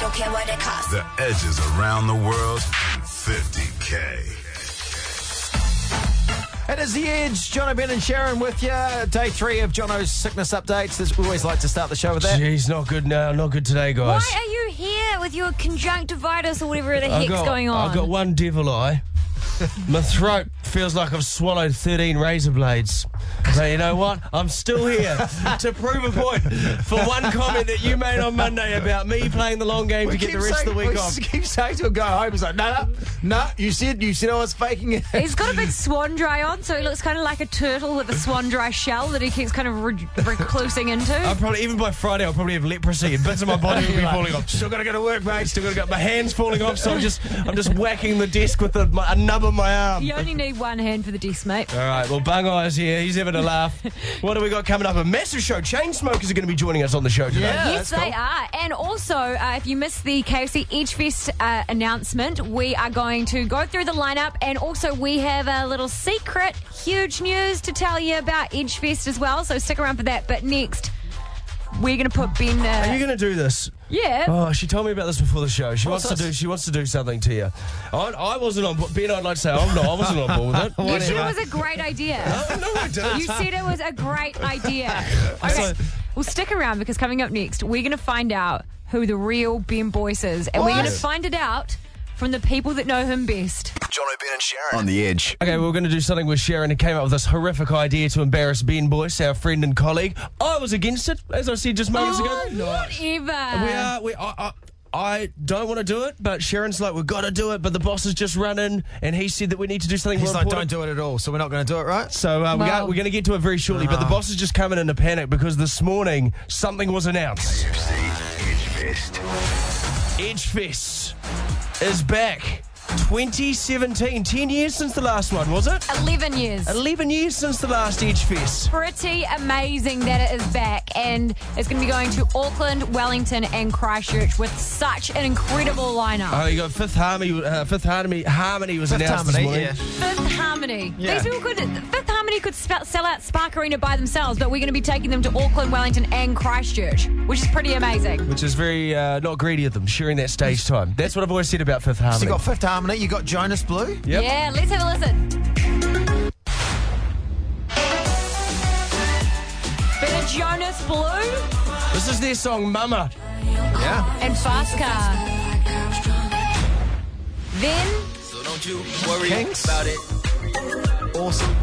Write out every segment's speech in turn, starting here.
don't care what it costs. The edges around the world in 50K. It is the Edge, Jono, Ben, and Sharon with you. Day three of Jono's sickness updates. There's, we always like to start the show with that. Jeez, not good now. Not good today, guys. Why are you here with your conjunctivitis or whatever the heck's got, going on? I've got one devil eye. My throat feels like I've swallowed 13 razor blades. But you know what? I'm still here to prove a point for one comment that you made on Monday about me playing the long game We to get the keep rest saying, of the week we off. keep saying to him, go home. He's like, no, no, no. You said, you said I was faking it. He's got a big swan dry on, so he looks kind of like a turtle with a swan dry shell that he keeps kind of re- reclusing I'm into. probably even by Friday I'll probably have leprosy and bits of my body will be falling off. Still gotta go to work, mate. Still gotta go. My hands falling off, so I'm just I'm just whacking the desk with a, my, a nub on my arm. You only need one hand for the desk, mate. All right, well, Bung Eye's here. He's having a laugh. what do we got coming up? A massive show. Chain smokers are going to be joining us on the show today. Yeah, yes, that's they cool. are. And also, uh, if you missed the KFC Edgefest uh, announcement, we are going to go through the lineup, and also we have a little secret, huge news to tell you about Edgefest as well. So stick around for that. But next, we're going to put Ben. Uh, Are you going to do this? yeah. Oh, she told me about this before the show. She What's wants this? to do. She wants to do something to you. I, I wasn't on. board. Ben, I'd like to say I'm not. I wasn't on board with it. Oh, You said it was a great idea. no, I didn't. You said it was a great idea. saw- Okay. Well, stick around because coming up next, we're going to find out who the real Ben Boyce is. And we're going to find it out from the people that know him best. Jono, Ben, and Sharon. On the edge. Okay, we are going to do something with Sharon who came up with this horrific idea to embarrass Ben Boyce, our friend and colleague. I was against it, as I said just moments Oh, ago. whatever. We are. We. I, I, I don't want to do it, but Sharon's like, we've got to do it. But the boss is just running, and he said that we need to do something. He's more like, don't important. do it at all. So we're not going to do it, right? So uh, we're, Wow. go- we're going to get to it very shortly. But the Uh-huh. boss is just coming in a panic because this morning something was announced. See, edge fist. Edgefest is back. 2017, 10 years since the last one, was it? 11 years. 11 years since the last Edgefest. Pretty amazing that it is back, and it's going to be going to Auckland, Wellington, and Christchurch with such an incredible lineup. Oh, you got Fifth Harmony. Uh, Fifth Harmony, Harmony was Fifth announced Harmony, this morning. Fifth Harmony. Yeah. These people could Fifth Harmony could sp- sell out Spark Arena by themselves, but we're going to be taking them to Auckland, Wellington, and Christchurch, which is pretty amazing. Which is very uh, not greedy of them, sharing that stage time. That's what I've always said about Fifth So Harmony. you got Fifth Harmony, you got Jonas Blue. Yep. Yeah, let's have a listen. Bit of Jonas Blue this is their song, Mama. Yeah. and Fast Car. Then Kings. Awesome.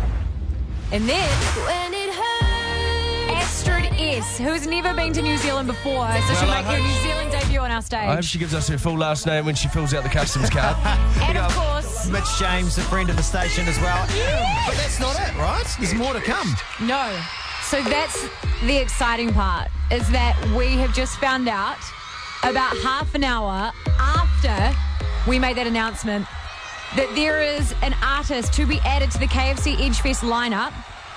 and then when it hurts, Astrid S, who's never been to New Zealand before, so she'll Well, I make her hope New she- Zealand debut on our stage. I hope she gives us her full last name when she fills out the customs card. and of course, Mitch James, a friend of the station as well. Yeah. But that's not it, right? There's more to come. No. So that's the exciting part is that we have just found out about half an hour after we made that announcement that there is an artist to be added to the KFC Edgefest lineup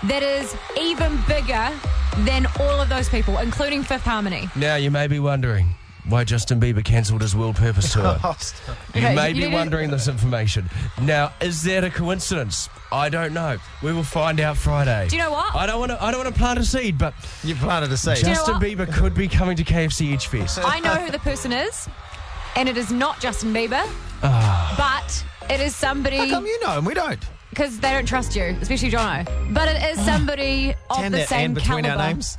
that is even bigger than all of those people, including Fifth Harmony. Now you may be wondering why Justin Bieber cancelled his world purpose tour. You Okay, may you be need to- wondering this information. Now, is that a coincidence? I don't know. We will find out Friday. Do you know what? I don't want to. I don't want to plant a seed, but You planted a seed. you know Justin what? Bieber could be coming to KFC Edgefest. I know who the person is, and it is not Justin Bieber, Ah. but it is How somebody come you know and we don't? because they don't trust you, especially Jono. But it is somebody of Ah. Damn the that same and between caliber. our names.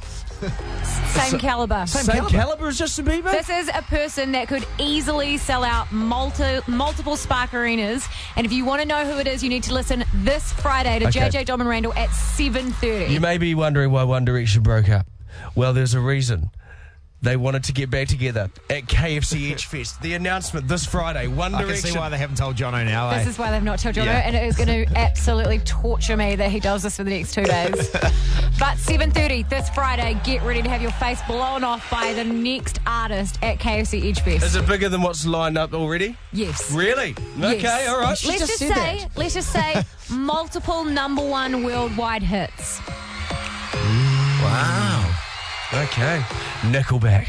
Same caliber. Same, caliber. caliber. as Justin Bieber. This is a person that could easily sell out multi, multiple Spark arenas. And if you want to know who it is, you need to listen this Friday to Okay. JJ Dom and Randall at seven thirty. you may be wondering why One Direction broke up. Well, there's a reason. They wanted to get back together at KFC Edgefest. The announcement this Friday. One I can Direction. see why they haven't told Jono now, eh? This is why they've not told Jono, Yeah. and it is going to absolutely torture me that he does this for the next two days. but 7.30 this Friday, get ready to have your face blown off by the next artist at KFC Edgefest. Is it bigger than what's lined up already? Yes. Really? Okay. Yes. All right. Let's just just, said say, let's just say, multiple number one worldwide hits. wow. Okay. Nickelback.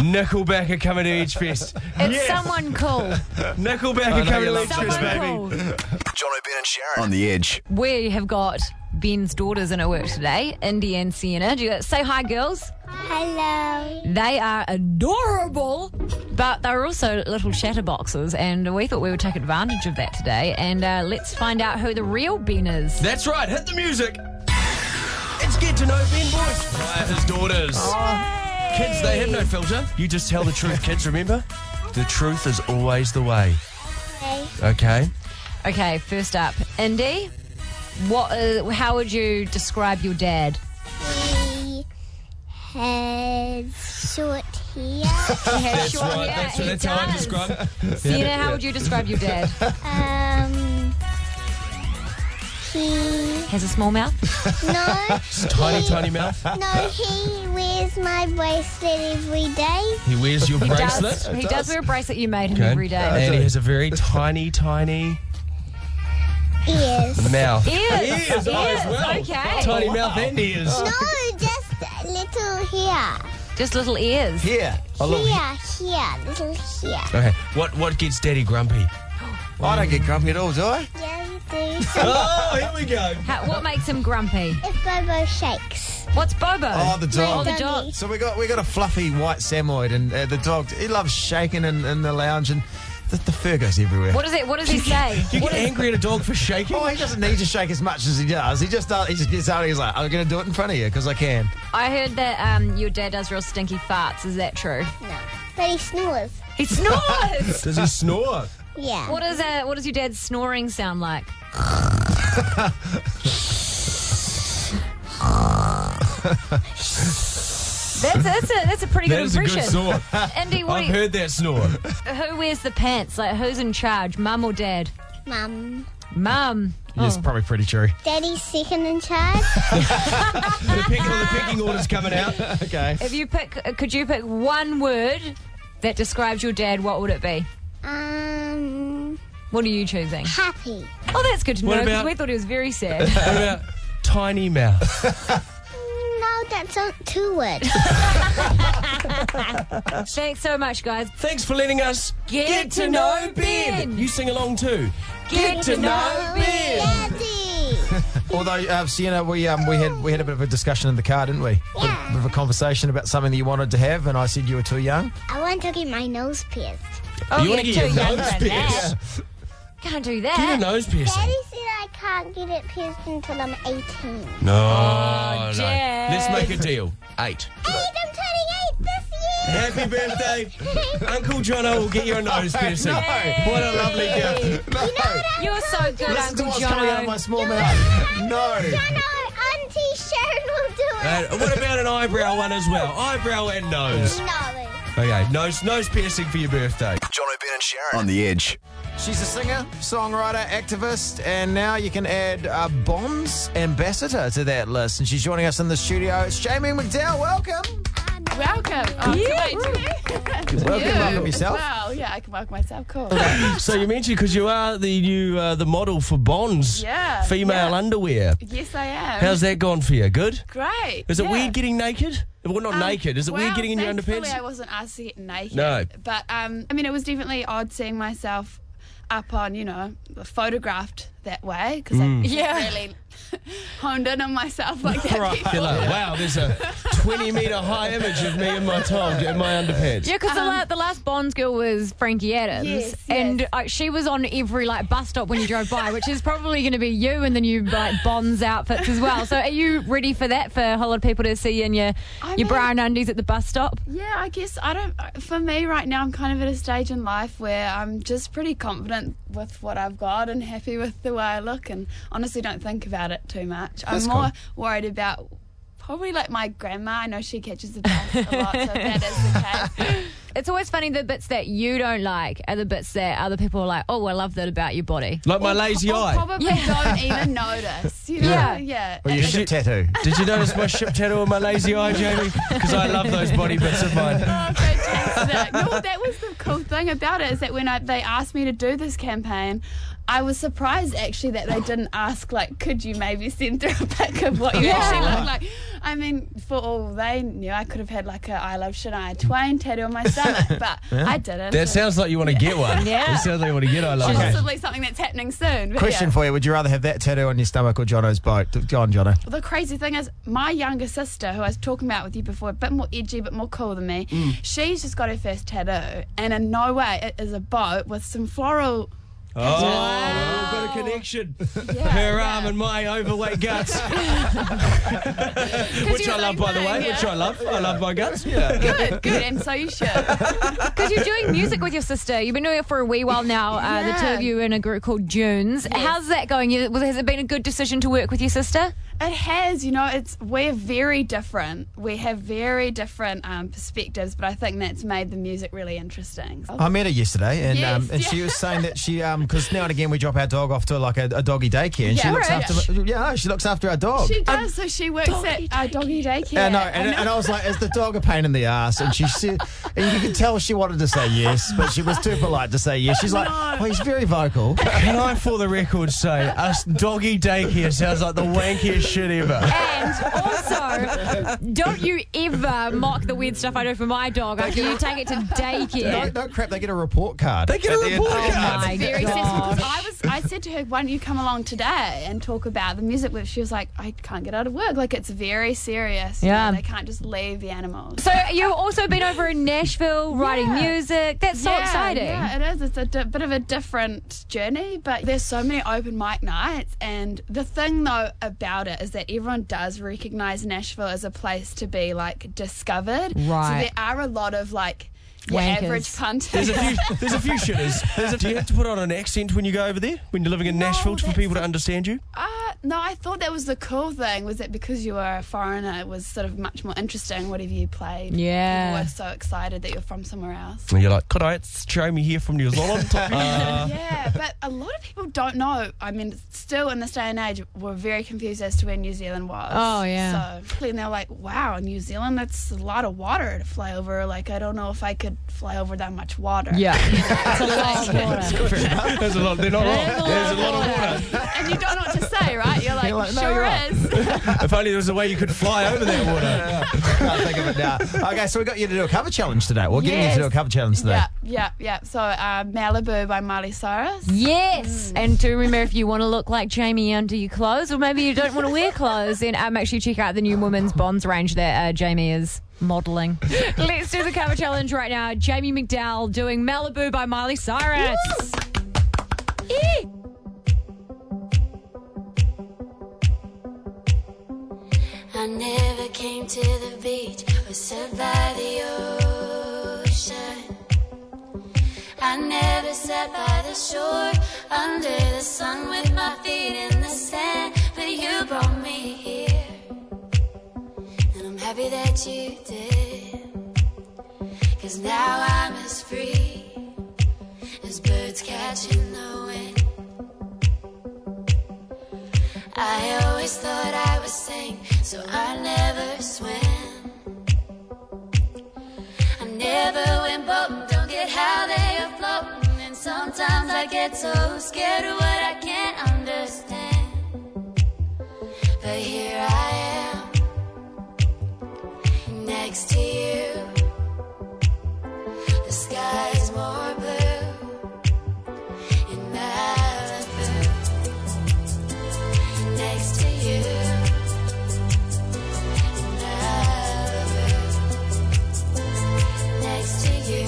Nickelback are coming to Edgefest. It's someone cool. Nickelback are coming to you're Edgefest, Someone baby. cool. Jono, Ben, and Sharon. On the edge. We have got Ben's daughters in at work today, Indy and Sienna. Do you say hi, girls? Hello. They are adorable. But they were also little chatterboxes, and we thought we would take advantage of that today. And uh, let's find out who the real Ben is. That's right, hit the music. It's Get to Know Ben Boyce via his daughters. Kids, they have no filter. You just tell the truth, kids, remember? The truth is always the way. Okay. Okay, first up, Indy. What? Uh, how would you describe your dad? He has short hair. He has That's short right, hair. that's, He that's how I does. describe it. Sina, how would you describe your dad? um, he Has a small mouth. no, Tiny, tiny mouth. no. He wears my bracelet every day. He wears your bracelet. Does, he does wear a bracelet you made him Okay. every day. And he has a very tiny, tiny Yes. mouth. Ears. Ears. Ears, oh, as well. Okay. Tiny mouth and ears. No, just a little here, Just little ears. Here. Oh, A little- here, here, little here. Okay. What what gets Daddy grumpy? I don't get grumpy at all, do I? Yeah, you do. So Oh, here we go. How, what makes him grumpy? if Bobo shakes, What's Bobo? Oh, the my dog. the doggy. dog. So we got we got a fluffy white Samoyed, and uh, the dog he loves shaking in, in the lounge, and the, the fur goes everywhere. What does it? What does he say? You What get is- angry at a dog for shaking? Oh, he doesn't need to shake as much as he does. He just does, he just gets out and he's like, I'm going to do it in front of you because I can. I heard that um, your dad does real stinky farts. Is that true? no. But he snores. He snores. Does he snore? Yeah. what does uh, what does your dad's snoring sound like? that's that's a that's a pretty That good is a impression. good snore. Andy, what I've do you, heard that snore. who wears the pants? Like who's in charge? Mum or dad? Mum. Mum. It's Oh. probably pretty true. Daddy's second in charge. the, pick, the picking order's coming out. Okay. If you pick, could you pick one word that describes your dad? What would it be? um, What are you choosing? happy. Oh, that's good to What know because about- we thought he was very sad. What about tiny mouth? No, that's not two words. Thanks so much, guys. Thanks for letting us Get to know Ben. You sing along too. Get to know Ben. Daddy. Although, uh, Sienna, we um, we had we had a bit of a discussion in the car, didn't we? A Yeah. bit of a conversation about something that you wanted to have, and I said you were too young. I want to get my nose pierced. Oh, You wanna you're get too your young nose for that. Can't do that. Get a nose piercing. Daddy said I can't get it pierced until I'm 18. 8, No, Oh, Oh, Oh, no. Jed. Let's make a deal. Eight. I'm turning 8 this year. Happy birthday. Uncle Jono will get you a nose piercing. Yay. What a lovely gift. Oh, No. You're so good, Listen to Uncle what's coming out of my John. small mouth. No. No, Auntie Sharon will do it. And what about an eyebrow one as well? Eyebrow and nose. no. Okay, nose nose piercing for your birthday. John O'Brien and Sharon on the edge. She's a singer, songwriter, activist, and now you can add uh, Bonds ambassador to that list. And she's joining us in the studio. It's Jamie McDowell. Welcome. Welcome. Oh, Yeah. it's amazing. Welcome, welcome yourself. Wow, yeah, I can welcome myself. Cool. So you mentioned because you are the new uh, the model for Bonds Yeah, female yeah. underwear. yes, I am. How's that gone for you? Good. Great. Is it yeah. weird getting naked? Well, not Um, naked. Is it well, weird getting in your thankfully underpants? I wasn't asked to get naked. No. But, um, I mean, it was definitely odd seeing myself up on, you know, photographed that way because Mm. I Yeah. really honed in on myself like that. Right. You're like, wow, there's a 20 metre high image of me in my top and my underpants. Yeah, because the, la- the last Bonds girl was Frankie Adams, Yes, and yes. uh, she was on every like bus stop when you drove by, which is probably going to be you in the new like Bonds outfits as well. So, are you ready for that for a whole lot of people to see you in your I your brown mean- undies at the bus stop? Yeah, I guess I don't. uh, For me right now, I'm kind of at a stage in life where I'm just pretty confident with what I've got and happy with the way I look, and honestly don't think about it too much. I'm more worried about probably like my grandma. I know she catches the bus a lot, so if that is the case. It's always funny the bits that you don't like are the bits that other people are like, oh, I love that about your body. Like my lazy Or eye. probably don't even notice. You know? Yeah. Yeah. yeah. Well, you It's- should tattoo. Did you notice my ship tattoo and my lazy eye, Jamie? Because I love those body bits of mine. Oh, fantastic. no, that was the cool thing about it is that when I, they asked me to do this campaign, I was surprised actually that they didn't ask like, could you maybe send through a pic of what you actually look like? I mean, for all they knew, I could have had like a I love Shania Twain tattoo on my stomach, but I didn't. That sounds like you want to get one. Yeah. That sounds like you want to get. I love it. possibly something that's happening soon. but Question yeah. for you: Would you rather have that tattoo on your stomach or Jono's boat? Go on, Jono. the crazy thing is, my younger sister, who I was talking about with you before, a bit more edgy, a bit more cool than me, Mm. she's just got her first tattoo, and in no way it is a boat with some floral. Oh, we've got a connection. Oh. Yeah, Her yeah. arm and my overweight guts, which I you're love, by the way. like, Which yeah. I love. I love my guts. Yeah. Good, good, and so you should. Because you're doing music with your sister. You've been doing it for a wee while now. Uh, The two Yeah. of you in a group called Junes. How's that going? You- was- Has it been a good decision to work with your sister? It has, you know, it's we're very different. We have very different um, perspectives, but I think that's made the music really interesting. I met her yesterday, and Yes, um, and she was saying that she um because now and again we drop our dog off to like a, a doggy daycare, and she Yeah. looks Right. after yeah no, she looks after our dog. She does, so she works at uh, doggy daycare. Yeah, no, and, and I was like, "Is the dog a pain in the ass?" And she said, and you could tell she wanted to say yes, but she was too polite to say yes. She's like, "Oh, he's very vocal." Can I, for the record, say us doggy daycare sounds like the wankiest shit ever. And also, don't you ever mock the weird stuff I do for my dog. I you take it to No, daycare. no crap, they get a report card. They get a At the end- report Oh Oh card. my very sensible God. because I was I said to her, Why don't you come along today and talk about the music which she was like, I can't get out of work. Like it's very serious. you know, Yeah. they can't just leave the animals. So you've also been over in Nashville writing Yeah. music. That's so Yeah, exciting. Yeah, it is. It's a di- bit of a different journey, but there's so many open mic nights. And the thing, though, about it is that everyone does recognize Nashville as a place to be like discovered. Right. So there are a lot of like your Wankers. average punters. There's a few. There's a few shitters. There's a- do you have to put on an accent when you go over there? When you're living in Nashville for that's- people to understand you? Uh, no, I thought that was the cool thing was that because you were a foreigner, it was sort of much more interesting whatever you played. Yeah. People were so excited that you're from somewhere else. And you're like, could I show me here from New Zealand? Uh, yeah, but a lot of people don't know. I mean, still in this day and age, we're very confused as to where New Zealand was. Oh, yeah. So, and they're like, wow, New Zealand, that's a lot of water to fly over. Like, I don't know if I could fly over that much water. it's a lot of water. there's a lot. They're not wrong. There's a lot of water. and you don't know what to say, right? You're like, You're like, no, sure you're right." is. If only there was a way you could fly over that water. Can't think of it now. Okay, so we got you to do a cover challenge today. We're getting you Yes. to do a cover challenge today. yeah, yeah, yeah. So, uh, Malibu by Miley Cyrus. Yes, and do remember if you want to look like Jamie under your clothes, or maybe you don't want to wear clothes, then uh, make sure you check out the new women's bonds range that uh, Jamie is modelling. Let's do the cover challenge right now. Jamie McDowell doing Malibu by Miley Cyrus. Eek. I never came to the beach or sat by the ocean. I never sat by the shore under the sun with my feet in the sand. But you brought me here, and I'm happy that you did. Cause now I'm as free as birds catching the wind. I always thought I would sing, so I never swam. I never went boating, don't get how they are floating. And sometimes I get so scared of what I can't understand. But here I am, next to you. The sky is more blue in Malibu next to you. Malibu, Next to you.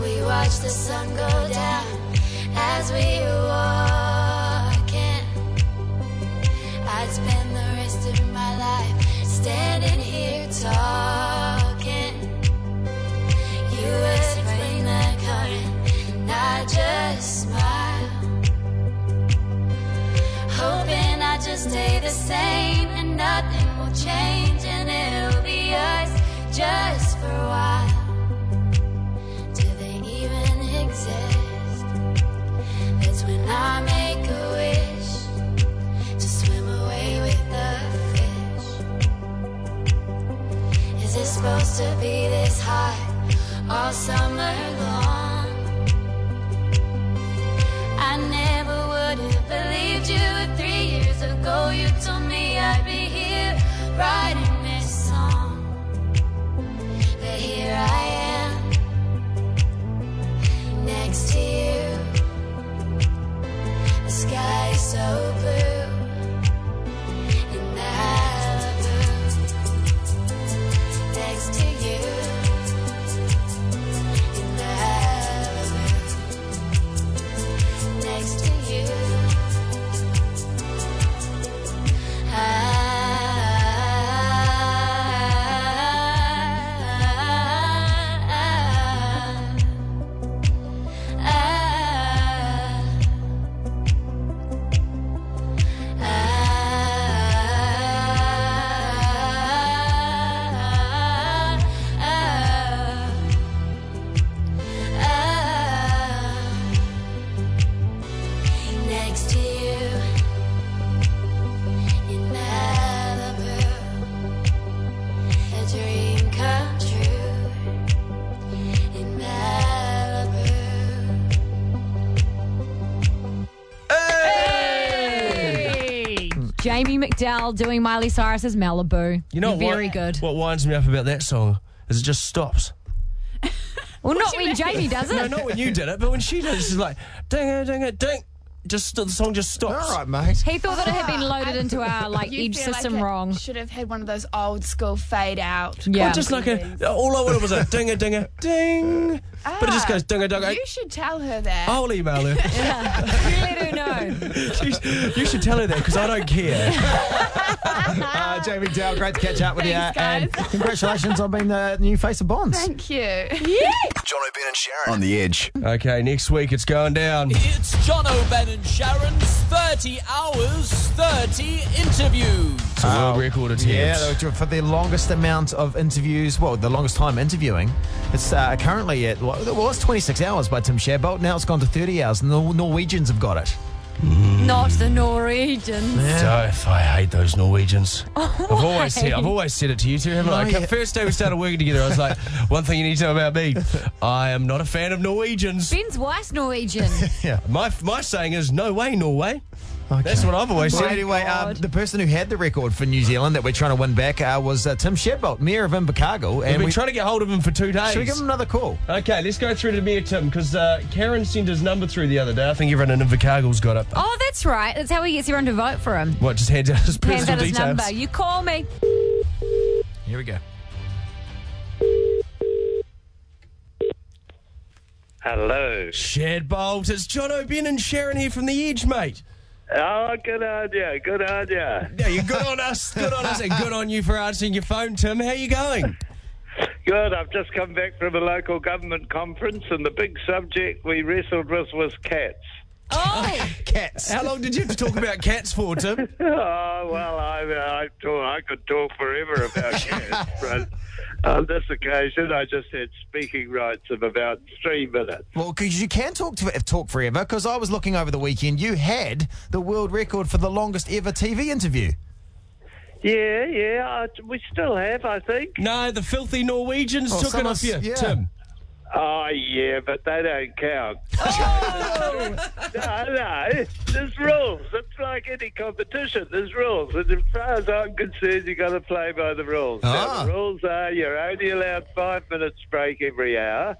We watch the sun go down as we walk in. I'd spend the rest of my life standing here talking. You explain the current, and I just smile hoping I just stay the same and nothing will change and it'll be us just for a while. Do they even exist? That's when I make a wish to swim away with the fish. Is it supposed to be this hot all summer long? I never would have believed you if three years ago you told me I'd be here writing this song. But here I am, next to you. The sky is so blue. in Malibu. Next to you. in Malibu. Next to you. Ah, ah. I, Ah, I, I ah. Next to you in Malibu, a dream come true in Malibu. Jamie McDowell doing Miley Cyrus's Malibu. You know, what- very good. What winds me up about that song is it just stops. Well, not when Jamie does it. No, not when you did it, but when she did it, she's like, ding it, ding it, ding. Just the song just stops. All right, mate. He thought that it had been loaded into our like You edge feel like system it wrong. Should have had one of those old school fade out. Yeah. Or just like a, all I wanted was a ding a ding a ding. But it just Ah, goes ding a ding a. You should tell her that. I'll email her. You let her know. She's- you should tell her that because I don't care. Uh, Jamie Dale, great to catch up with Thanks, you. And guys. congratulations on being the new face of Bonds. Thank you. John O'Brien and Sharon on the edge. Okay, next week it's going down. It's John O'Ben and Sharon's 30 hours, 30 interviews. It's a world record attempt. Um, Yeah, they were doing- for the longest amount of interviews, well, the longest time interviewing. It's uh, currently at, well, it was 26 hours by Tim Sherbolt. Now it's gone to 30 hours, and the Norwegians have got it. Not the Norwegians. Don't- I hate those Norwegians. I've always said I've always said it to you two, haven't I? No, yeah. First day we started working together, I was like, one thing you need to know about me, I am not a fan of Norwegians. Ben's wife's Norwegian. My my saying is no way, Norway. That's what I've always So said. anyway, um, the person who had the record for New Zealand that we're trying to win back uh, was uh, Tim Sherbolt, mayor of Invercargill. We've And been we, trying to get hold of him for two days. should we give him another call? Okay, let's go through to Mayor Tim because uh, Karen sent his number through the other day. I think everyone in Invercargill's got it. Oh, that's right. That's how he gets everyone to vote for him. What, just hands out his Hands personal out his details? number. You call me. Here we go. Hello. Shared Bolt, it's John O'Ben and Sharon here from The Edge, mate. Oh, good idea. Good idea. Yeah, you're good on us, good on us, and good on you for answering your phone, Tim. How you going? Good. I've just come back from a local government conference, and the big subject we wrestled with was cats. Oh, Cats. How long did you have to talk about cats for, Tim? Oh well, I I, talk, I could talk forever about cats, but on this occasion, I just had speaking rights of about three minutes. Well, because you can talk to talk forever. Because I was looking over the weekend, you had the world record for the longest ever TV interview. Yeah, yeah. I, we still have, I think. No, the filthy Norwegians Oh, took it off someone's- you, yeah. Tim. Oh yeah, but they don't count. no, no, there's rules. It's like any competition. There's rules, and as far as I'm concerned, you got to play by the rules. Ah. Now, the rules are you're only allowed five minutes break every hour.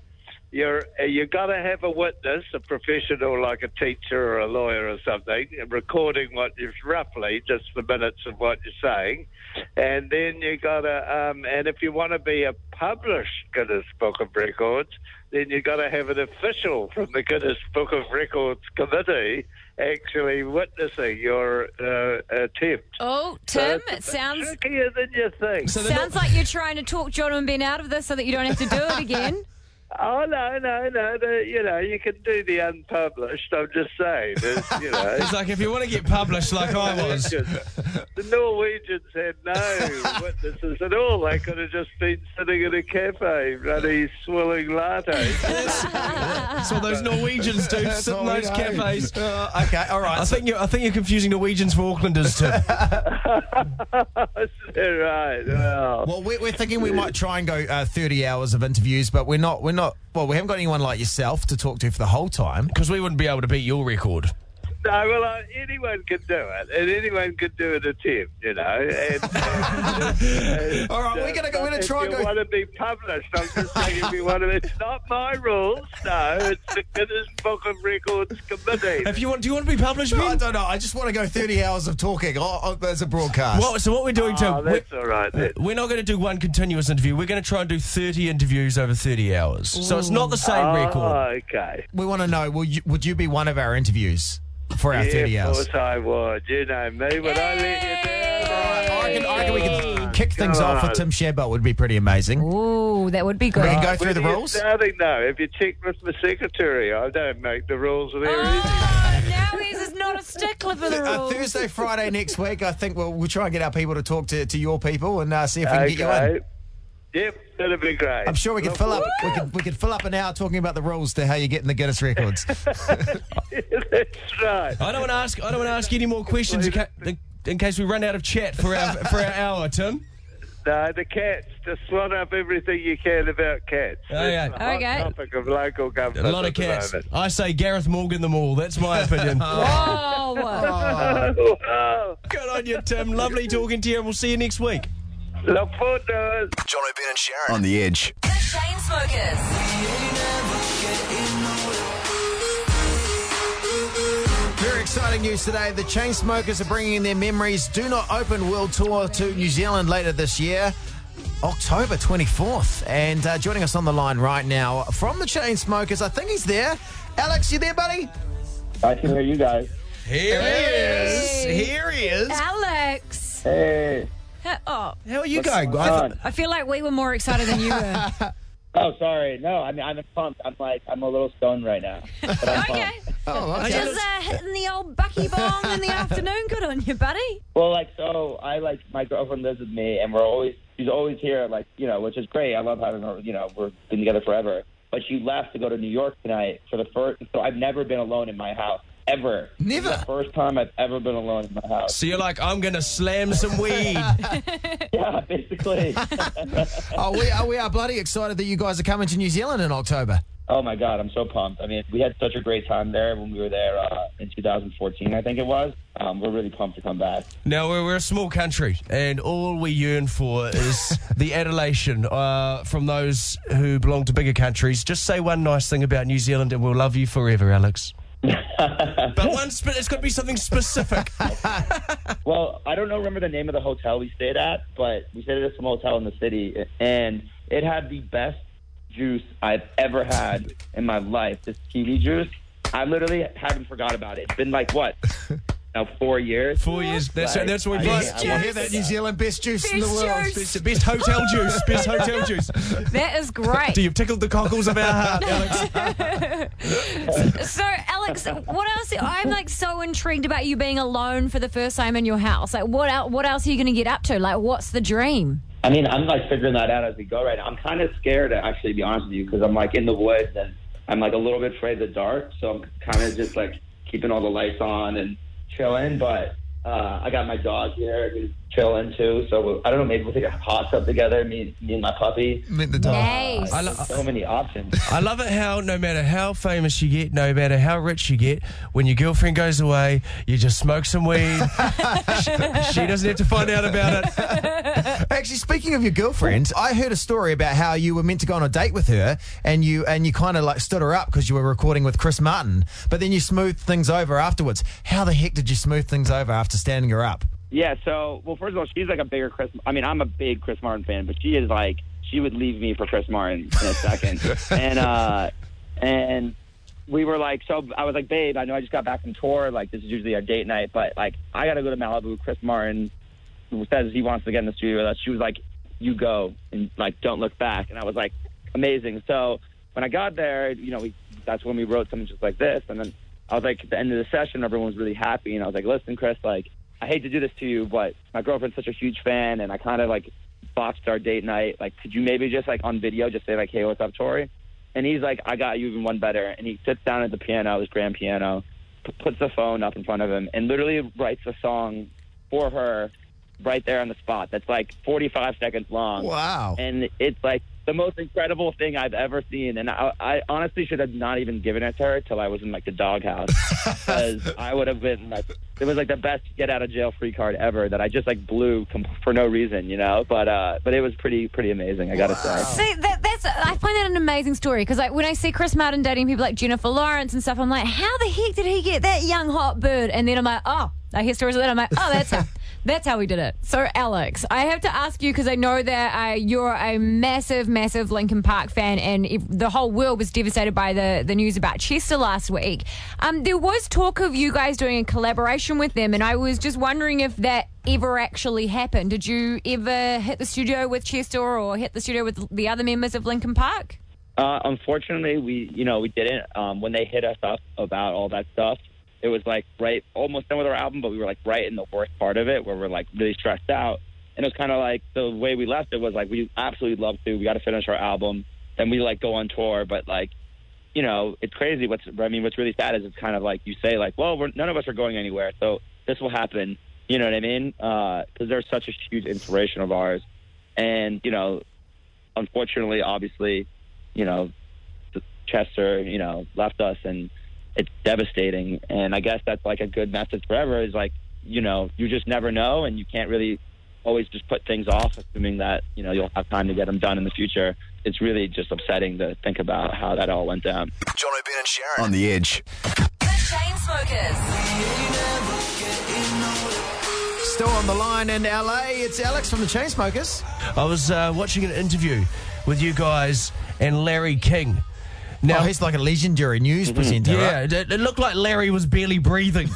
You're uh, you got to have a witness, a professional like a teacher or a lawyer or something, recording what is roughly just the minutes of what you're saying, and then you got to um, and if you want to be a published Guinness Book of Records, then you got to have an official from the Guinness Book of Records committee actually witnessing your uh, attempt. oh, So Tim. It it's a bit sounds trickier than you think. So they're sounds not- like you're trying to talk John and Ben out of this so that you don't have to do it again. Oh no, no, no! The, you know, you can do the unpublished. I'm just saying, it's, you know. It's like if you want to get published like I was. The Norwegians had no witnesses at all. They could have just been sitting in a cafe, bloody swilling lattes. That's what those Norwegians do, sit in all we those know. cafes. Uh, okay, all right. I think you're, I think you're confusing Norwegians for Aucklanders, Tim. right. Well, Well, we're, we're thinking we might try and go uh, 30 hours of interviews, but we're not we're not not. Well, we haven't got anyone like yourself to talk to for the whole time. Because we wouldn't be able to beat your record. No, well, uh, anyone could do it, and anyone could do an attempt, you know. And, All right, we're gonna go- we're gonna try If and you go- want to be published, I'm just saying if you want to. It's not my rules, no. It's the Guinness Book of Records Committee. If you want, do you want to be published? I don't know. I just want to go 30 hours of talking oh, oh, as a broadcast. Well, so what we're doing to Ah, Oh, that's all right. Then. We're not going to do one continuous interview. We're going to try and do 30 interviews over 30 hours. So it's not the same Ah. record. Oh, okay. we want to know will you, would you be one of our interviews for our 30 yeah, of hours? course I would. You Oh, know me. Would I let you down? I reckon, I reckon we could kick things off with Tim Shebelt would be pretty amazing. Ooh, that would be We can good. go through the When are you rules. Starting though, if you check with the secretary, I don't make the rules Ah, there. either. Oh, now he's is not a stickler for the Uh, rules. Thursday, Friday next week, I think we'll, we'll try and get our people to talk to, to your people and uh, see if we can get you in. Okay. Yep, that'd be great. I'm sure we could fill up. We could, we could fill up an hour talking about the rules to how you get in the Guinness records. That's right. I don't want to ask. I don't want to ask any more questions in, ca- in, in case we run out of chat for our for our hour, Tim. No, the cats. Just swat up everything you can about cats. Oh, yeah. That's the hot Okay. Topic of local government. A lot at of the cats. moment. I say Gareth Morgan them all. That's my opinion. Oh, Oh, Good on you, Tim. Lovely talking to you. and We'll see you next week. look forward to it. John O'Brien and Sharon on the edge. The Shame Smokers. Very exciting news today. The Chainsmokers are bringing their memories. Do not open world tour to New Zealand later this year. October 24th. And uh, joining us on the line right now from the Chainsmokers, I think he's there. Alex, you there, buddy? I can hear you guys. Here he is. Hey. Here he is. Alex. Hey. Huh, Oh, How are you going? I Come thought- on. I feel like we were more excited than you were. Oh, sorry. No, I mean, I'm pumped. I'm like, I'm a little stoned right now. But I'm Okay. pumped. Oh, Just uh, hitting the old bucky bomb in the afternoon. Good on you, buddy. Well, like, so I like, my girlfriend lives with me, and we're always, she's always here, like, you know, which is great. I love having her, you know, we've been together forever. But she left to go to New York tonight for the first, so I've never been alone in my house, ever. Never? It's the first time I've ever been alone in my house. So you're like, I'm gonna slam some weed. Yeah, basically. Oh, we, are, we are bloody excited that you guys are coming to New Zealand in October. Oh my God, I'm so pumped. I mean, we had such a great time there when we were there uh, in 2014, I think it was. Um, we're really pumped to come back. now we're, we're a small country, and all we yearn for is the adulation uh, from those who belong to bigger countries. Just say one nice thing about New Zealand, and we'll love you forever, Alex. but one, spe- it's got to be something specific. Well, I don't know, remember the name of the hotel we stayed at, but we stayed at some hotel in the city, and it had the best juice I've ever had in my life. This kiwi juice, I literally haven't forgot about it. It's been like what? Now four years. Four years. That's Right. that's what we I- want. I- You hear that, New Zealand? Best juice in the Best world. juice. It's the best hotel juice. Best hotel juice. That is great. Do you've tickled the cockles of our heart, Alex? So, Alex, what else? I'm like so intrigued about you being alone for the first time in your house. Like, what else? What else are you going to get up to? Like, what's the dream? I mean, I'm like figuring that out as we go right now. I'm kind of scared, actually, to be honest with you, because I'm like in the woods and I'm like a little bit afraid of the dark. So I'm kind of just like keeping all the lights on and chilling. But uh, I got my dog here who's chilling too. So we'll, I don't know, maybe we'll take a hot tub together, me, me and my puppy. Meet the dog. Nice. I lo- So many options. I love it how no matter how famous you get, no matter how rich you get, when your girlfriend goes away, you just smoke some weed. she, she doesn't have to find out about it. Actually, speaking of your girlfriend, I heard a story about how you were meant to go on a date with her, and you and you kind of like stood her up because you were recording with Chris Martin, but then you smoothed things over afterwards. How the heck did you smooth things over after standing her up? Yeah, so well, first of all, she's like a bigger Chris. I mean, I'm a big Chris Martin fan, but she is like she would leave me for Chris Martin in a second. and uh, and we were like, so I was like, babe, I know I just got back from tour. Like this is usually our date night, but like I gotta go to Malibu. Chris Martin says he wants to get in the studio with us. She was like, you go and like don't look back. And I was like, amazing. So when I got there, you know, we that's when we wrote something just like this. And then I was like, at the end of the session, everyone was really happy, and I was like, listen, Chris, like I hate to do this to you, but my girlfriend's such a huge fan, and I kind of like botched our date night. Like, could you maybe just like on video just say like, hey, what's up, Tori? And he's like, I got you even one better. And he sits down at the piano, his grand piano, p- puts the phone up in front of him, and literally writes a song for her right there on the spot. That's like 45 seconds long. Wow. And it's like the most incredible thing I've ever seen. And I, I honestly should have not even given it to her till I was in like the doghouse because I would have been like, it was like the best get out of jail free card ever that I just like blew com- for no reason, you know. But uh, but it was pretty pretty amazing. I gotta say. See, that, that's I find that an amazing story because like when I see Chris Martin dating people like Jennifer Lawrence and stuff, I'm like, how the heck did he get that young hot bird? And then I'm like, oh, I hear stories like that. I'm like, oh, that's how. That's how we did it. So, Alex, I have to ask you because I know that uh, you're a massive, massive Lincoln Park fan, and if the whole world was devastated by the, the news about Chester last week. Um, there was talk of you guys doing a collaboration with them, and I was just wondering if that ever actually happened. Did you ever hit the studio with Chester or hit the studio with the other members of Lincoln Park? Uh, unfortunately, we you know we didn't. Um, when they hit us up about all that stuff, it was like right almost done with our album, but we were like right in the worst part of it where we're like really stressed out. And it was kind of like the way we left it was like we absolutely love to. We got to finish our album, then we like go on tour. But like, you know, it's crazy. What's I mean, what's really sad is it's kind of like you say like, well, we're, none of us are going anywhere, so this will happen. You know what I mean? Because they're such a huge inspiration of ours, and you know, unfortunately, obviously, you know, Chester, you know, left us and it's devastating. And I guess that's like a good message forever is like, you know, you just never know and you can't really always just put things off assuming that, you know, you'll have time to get them done in the future. It's really just upsetting to think about how that all went down. John O'Brien and Sharon. On the edge. The Chainsmokers. Still on the line in LA, it's Alex from the Chainsmokers. I was uh, watching an interview with you guys and Larry King. Oh, Now Oh, Mm-hmm. he's like a legendary news presenter. Yeah, right? it, it looked like Larry was barely breathing.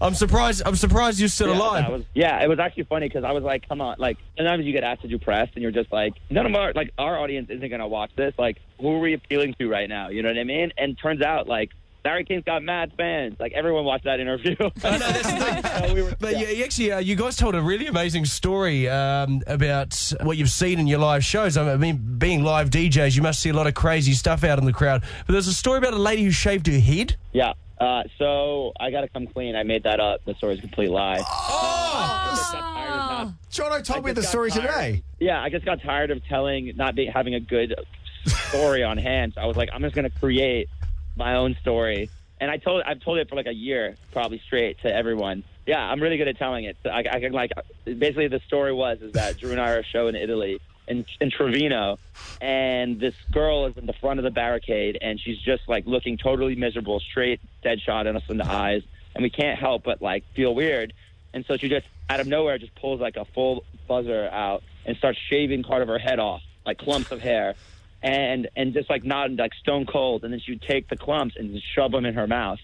I'm surprised. I'm surprised you're still yeah, alive. that was- yeah, it was actually funny because I was like, come on. Like, sometimes you get asked to do press and you're just like, none of our, like, our audience isn't going to watch this. Like, who are we appealing to right now? You know what I mean? And turns out, like, Larry King's got mad fans. Like, everyone watched that interview. But you- you actually, uh, you guys told a really amazing story um, about what you've seen in your live shows. I mean, being live DJs, you must see a lot of crazy stuff out in the crowd. But there's a story about a lady who shaved her head. yeah. Uh, so I got to come clean. I made that up. The story's a complete lie. Jono told me the just got story tired. today. Yeah, I just got tired of telling, not be, having a good story on hand. So I was like, I'm just going to create my own story. And I told, I've told it for like a year, probably straight to everyone. Yeah, I'm really good at telling it. So I, I can like, basically the story was is that Drew and I are at a show in Italy, in, in Trevino, and this girl is in the front of the barricade, and she's just like looking totally miserable, straight dead shot at us in the eyes, and we can't help but like feel weird. And so she just, out of nowhere, just pulls like a full buzzer out and starts shaving part of her head off, like clumps of hair, and and just like not like stone cold. And then she would take the clumps and just shove them in her mouth.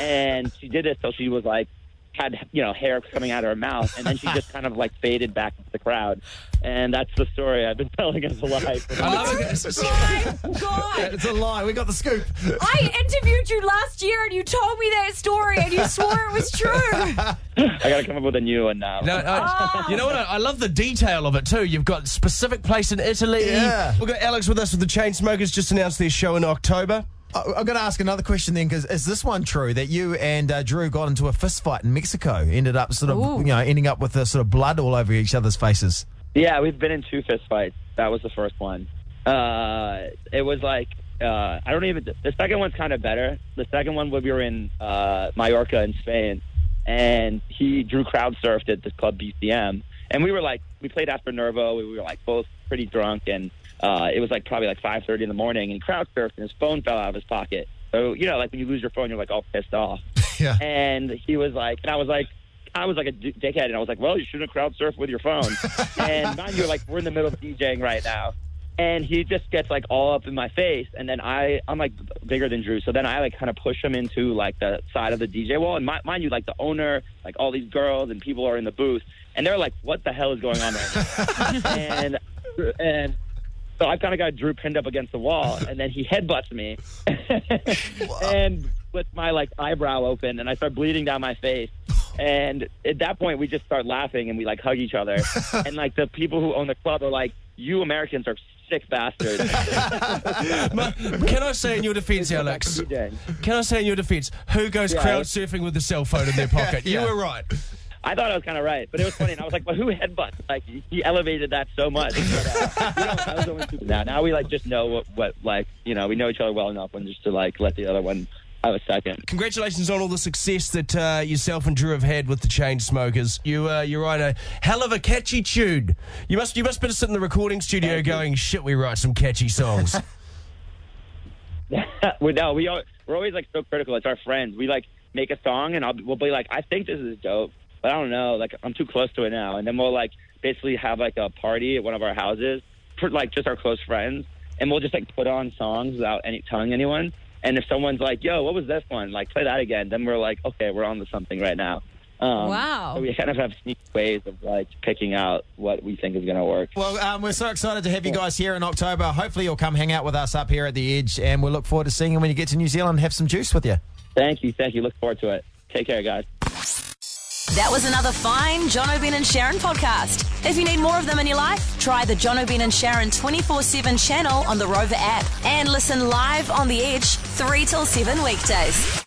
and she did this till she was like had you know hair coming out of her mouth, and then she just kind of like faded back into the crowd. And that's the story I've been telling as a lie. God. It's a lie. We got the scoop. I interviewed you last year and you told me that story and you swore it was true. I got to come up with a new one now. No, I, you know what? I, I love the detail of it too. You've got specific place in Italy. Yeah. We've got Alex with us with the Chainsmokers just announced their show in October. I- I've got to ask another question then, because is this one true that you and uh, Drew got into a fist fight in Mexico, ended up sort of, Ooh. you know, ending up with uh, sort of blood all over each other's faces? Yeah, we've been in two fist fights. That was the first one. Uh, it was like uh, I don't even. The second one's kind of better. The second one, when we were in uh, Mallorca in Spain, and he drew crowd surfed at this club BCM, and we were like, we played after Nervo. We were like both pretty drunk, and uh, it was like probably like five thirty in the morning, and he crowd surfed, and his phone fell out of his pocket. So you know, like when you lose your phone, you're like all pissed off. Yeah. And he was like, and I was like, I was like a d- dickhead, and I was like, well, you shouldn't crowd surf with your phone. and mind you, like we're in the middle of DJing right now, and he just gets like all up in my face, and then I, I'm like bigger than Drew, so then I like kind of push him into like the side of the DJ wall, and mi- mind you, like the owner, like all these girls and people are in the booth, and they're like, what the hell is going on right now? and and so I kind of got Drew pinned up against the wall, and then he headbutts me, and with my like eyebrow open, and I start bleeding down my face. And at that point, we just start laughing and we like hug each other, and like the people who own the club are like, "You Americans are sick bastards." Ma- Can I say in your defence, Alex? DJing. Can I say in your defence, who goes Yeah. crowd surfing with a cell phone in their pocket? You Yeah. were right. I thought I was kind of right, but it was funny. And I was like, well, who headbutts? Like, he elevated that so much. But, uh, you know, I was always stupid. now, now we, like, just know what, what, like, you know, we know each other well enough when just to, like, let the other one have a second. Congratulations on all the success that uh, yourself and Drew have had with the Chain Smokers. You uh, you write a hell of a catchy tune. You must you must been sitting in the recording studio going, shit, we write some catchy songs. we, no, we are, we're always, like, so critical. It's our friends. We, like, make a song, and I'll, we'll be like, I think this is dope, but I don't know. Like, I'm too close to it now. And then we'll, like, basically have, like, a party at one of our houses for, like, just our close friends. And we'll just, like, put on songs without any telling anyone. And if someone's like, yo, what was this one? Like, play that again. Then we're like, okay, we're on to something right now. Um, Wow. So we kind of have sneaky ways of, like, picking out what we think is going to work. Well, um, we're so excited to have you guys here in October. Hopefully, you'll come hang out with us up here at the Edge, and we'll look forward to seeing you when you get to New Zealand. Have some juice with you. Thank you. Thank you. Look forward to it. Take care, guys. That was another fine John O'Brien and Sharon podcast. If you need more of them in your life, try the John O'Brien and Sharon 24 7 channel on the Rover app and listen live on The Edge 3 till 7 weekdays.